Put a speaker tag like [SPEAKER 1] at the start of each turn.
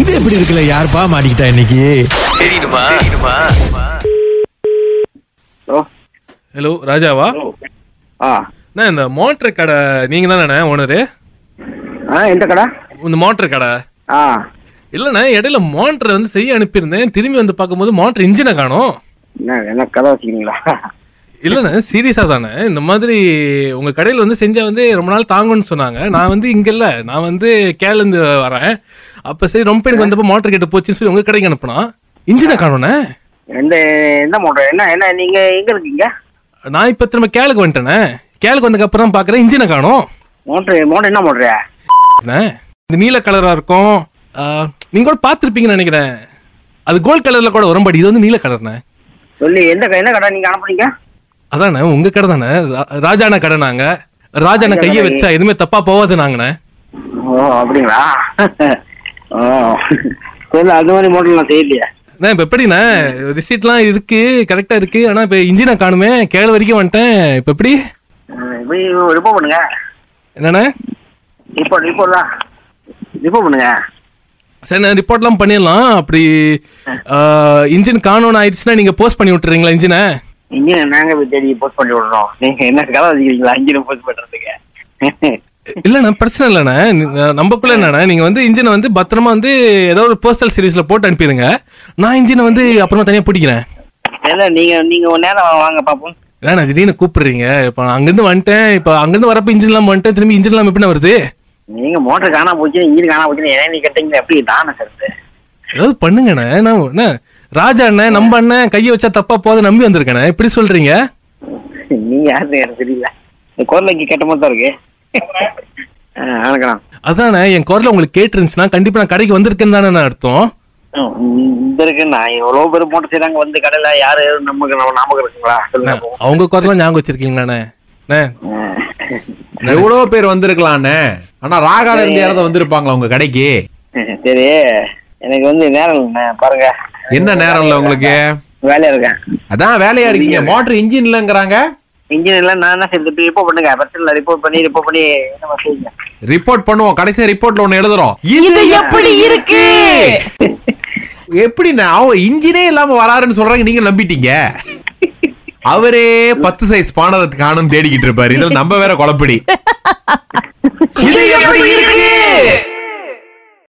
[SPEAKER 1] இது எப்படி இருக்குல்ல யாருப்பா மாட்டிக்கிட்டா இன்னைக்கு
[SPEAKER 2] ஹலோ
[SPEAKER 3] ஹலோ ராஜாவா
[SPEAKER 2] ஆ
[SPEAKER 3] அண்ணா இந்த மோட்டர் கடை நீங்க தானே ஓனரு
[SPEAKER 2] ஆ எந்த கடை
[SPEAKER 3] இந்த மோட்டர் கடை
[SPEAKER 2] ஆ
[SPEAKER 3] இல்லைண்ணே இடையில மோட்டர் வந்து செய்ய அனுப்பியிருந்தேன் திரும்பி வந்து பார்க்கும்போது மோட்டர் இன்ஜினை காணோம்
[SPEAKER 2] என்ன என்ன கதை வச்சுக்கிங்களா
[SPEAKER 3] இல்லைண்ணே சீரியஸாக தானே இந்த மாதிரி உங்கள் கடையில் வந்து செஞ்சால் வந்து ரொம்ப நாள் தாங்கும்னு சொன்னாங்க நான் வந்து இங்கே இல்லை நான் வந்து கேரளந்து வரேன் அப்போ சரி ரொம்ப எனக்கு வந்தப்போ மோட்டர் கெட்டு போச்சுன்னு சொல்லி உங்கள் கடைக்கு அனுப்புனா இன்ஜினை காணோண்ணே
[SPEAKER 2] எந்த என்ன மோட்டர் என்ன என்ன நீங்க எங்க இருக்கீங்க
[SPEAKER 3] நான் இப்போ திரும்ப கேளுக்கு வந்துட்டேண்ணே கேளுக்கு வந்ததுக்கப்புறம் தான் பார்க்குறேன் இன்ஜினை காணோம்
[SPEAKER 2] மோட்டர் மோட்டர் என்ன மோட்டரு
[SPEAKER 3] அண்ணே, இந்த நீல கலரா இருக்கும் ஆ, நீங்க கூட பார்த்துருப்பீங்கன்னு நினைக்கிறேன் அது கோல்ட் கலர்ல கூட வரும் பட் இது வந்து நீல கலர்ண்ணே
[SPEAKER 2] சொல்லி எந்த கடை- என்ன கடை நீங்க அனுப்புனீங்க
[SPEAKER 3] அதாண்ணே உங்க கடை தானே ரா- ராஜாண்ணா கடை நாங்க ராஜாண்ணா கையை வச்சா எதுவுமே தப்பா போகாது நாங்கண்ணே
[SPEAKER 2] ஓ அப்படிங்களா ஓ சரி அது மாதிரி மோட்டர் நான் செய்யலையே
[SPEAKER 3] அண்ணே, இப்ப எப்படிண்ணே ரிசீட்லாம் இருக்கு கரெக்டா இருக்கு ஆனா இப்ப இன்ஜினை காணுமே கேள் வரைக்கும் வந்துட்டேன் இப்ப எப்படி
[SPEAKER 2] ம், போய் ரிப்போர்ட் பண்ணுங்க
[SPEAKER 3] என்னண்ணே
[SPEAKER 2] ரிப்போர்ட் ரிப்போர்ட் தான் ரிப்போர்ட் பண்ணுங்க
[SPEAKER 3] சரி ரிப்போர்ட்லாம் பண்ணிடலாம் அப்படி இன்ஜின் காணோன்னு ஆயிடுச்சுன்னா நீங்க போஸ்ட் பண்ணி விட்டுறீங்களா இன்ஜினை
[SPEAKER 2] இங்கே நாங்க போய் தேடி போஸ்ட் பண்ணி விடுறோம் நீங்க என்ன கதை வச்சுக்கிறீங்களா இங்கே போஸ்ட் பண்றதுக்கு
[SPEAKER 3] இல்லண்ணா பிரச்சனை இல்லைண்ணே நீங்க- நமக்குள்ள என்னண்ணா நீங்கள் வந்து இன்ஜினை வந்து பத்திரமா வந்து ஏதோ ஒரு போஸ்டல் சீரீஸில் போட்டு அனுப்பிடுங்க நான் இன்ஜினை வந்து அப்புறமா தனியாக பிடிக்கிறேன்
[SPEAKER 2] இல்ல நீங்க நீங்க ஒரு நேரம் வா- வாங்க பாப்போம்
[SPEAKER 3] ஏன்னா திடீர்னு கூப்பிடுறீங்க இப்போ நான் அங்கேருந்து வந்துட்டேன் இப்போ அங்கேருந்து வரப்ப இன்ஜின்லாம் வந்துட்டேன் திரும்பி இன்ஜின்லாம் எப்படி வருது
[SPEAKER 2] நீங்க மோட்டர் காணா போச்சு இன்ஜின் காணா போச்சு ஏன் நீ கேட்டீங்க எப்படி தானே கருத்து
[SPEAKER 3] ஏதாவது பண்ணுங்கண்ணே நான் என்ன ராஜா அண்ணன் நம்ம அண்ணன் கையை வச்சா தப்பா போத நம்பி வந்திருக்கேண்ணே இப்படி சொல்றீங்க
[SPEAKER 2] நீங்க யாருன்னு எனக்கு தெரியல இந்த குரலைக்கு கேட்ட மாதிரி தான் இருக்கு ஆஹ், வணக்கம்
[SPEAKER 3] அதாண்ணே என் குரல உங்களுக்கு கேட்டுருந்துச்சுன்னா கண்டிப்பா நான் கடைக்கு வந்திருக்கேன்னு தானே அர்த்தம்
[SPEAKER 2] ம், இந்த இருக்கு நான் எவ்வளவு பேர் மோட்டர் செய்றாங்க வந்து கடையில யாரு நமக்கு நம்ம ஞாபகம் இருக்குங்களா
[SPEAKER 3] அண்ணே,
[SPEAKER 2] சொல்லுங்க பாப்போம்.
[SPEAKER 3] அவங்க குரலாம் ஞாபகம் வச்சிருக்கீங்களாண்ணே அண்ணே
[SPEAKER 2] ஆஹ்.
[SPEAKER 1] எவ்வளவு பேர் வந்திருக்கலாம்னு ஆனா ராகால இருந்து யாராவது வந்திருப்பாங்களா உங்க கடைக்கு
[SPEAKER 2] சரி எனக்கு வந்து நேரம் இல்லைண்ணே, பாருங்க
[SPEAKER 1] என்ன நேரம் இல்ல உங்களுக்கு
[SPEAKER 2] வேலையா இருக்கேன்
[SPEAKER 1] அதான் வேலையா இருக்கீங்க மோட்டர் இன்ஜின் இல்லங்கிறாங்க
[SPEAKER 2] இன்ஜின் எல்லாம் நான் என்ன செய்யறது ரிப்போர்ட் பண்ணுங்க பிரச்சனை இல்லை ரிப்போர்ட் பண்ணி ரிப்போர்ட் பண்ணி என்ன செய்யுங்க
[SPEAKER 1] ரிப்போர்ட் பண்ணுவோம் கடைசியா ரிப்போர்ட்ல ஒண்ணு எழுதுறோம் இது எப்படி இருக்கு எப்படிண்ணா அவன் இன்ஜினே இல்லாம வராருன்னு சொல்றாங்க நீங்க நம்பிட்டீங்க அவரே பத்து சைஸ் பானரத்துக்கு ஆணும் தேடிக்கிட்டு இருப்பாரு இதுல நம்ம வேற குழப்படி இது எப்படி இருக்கு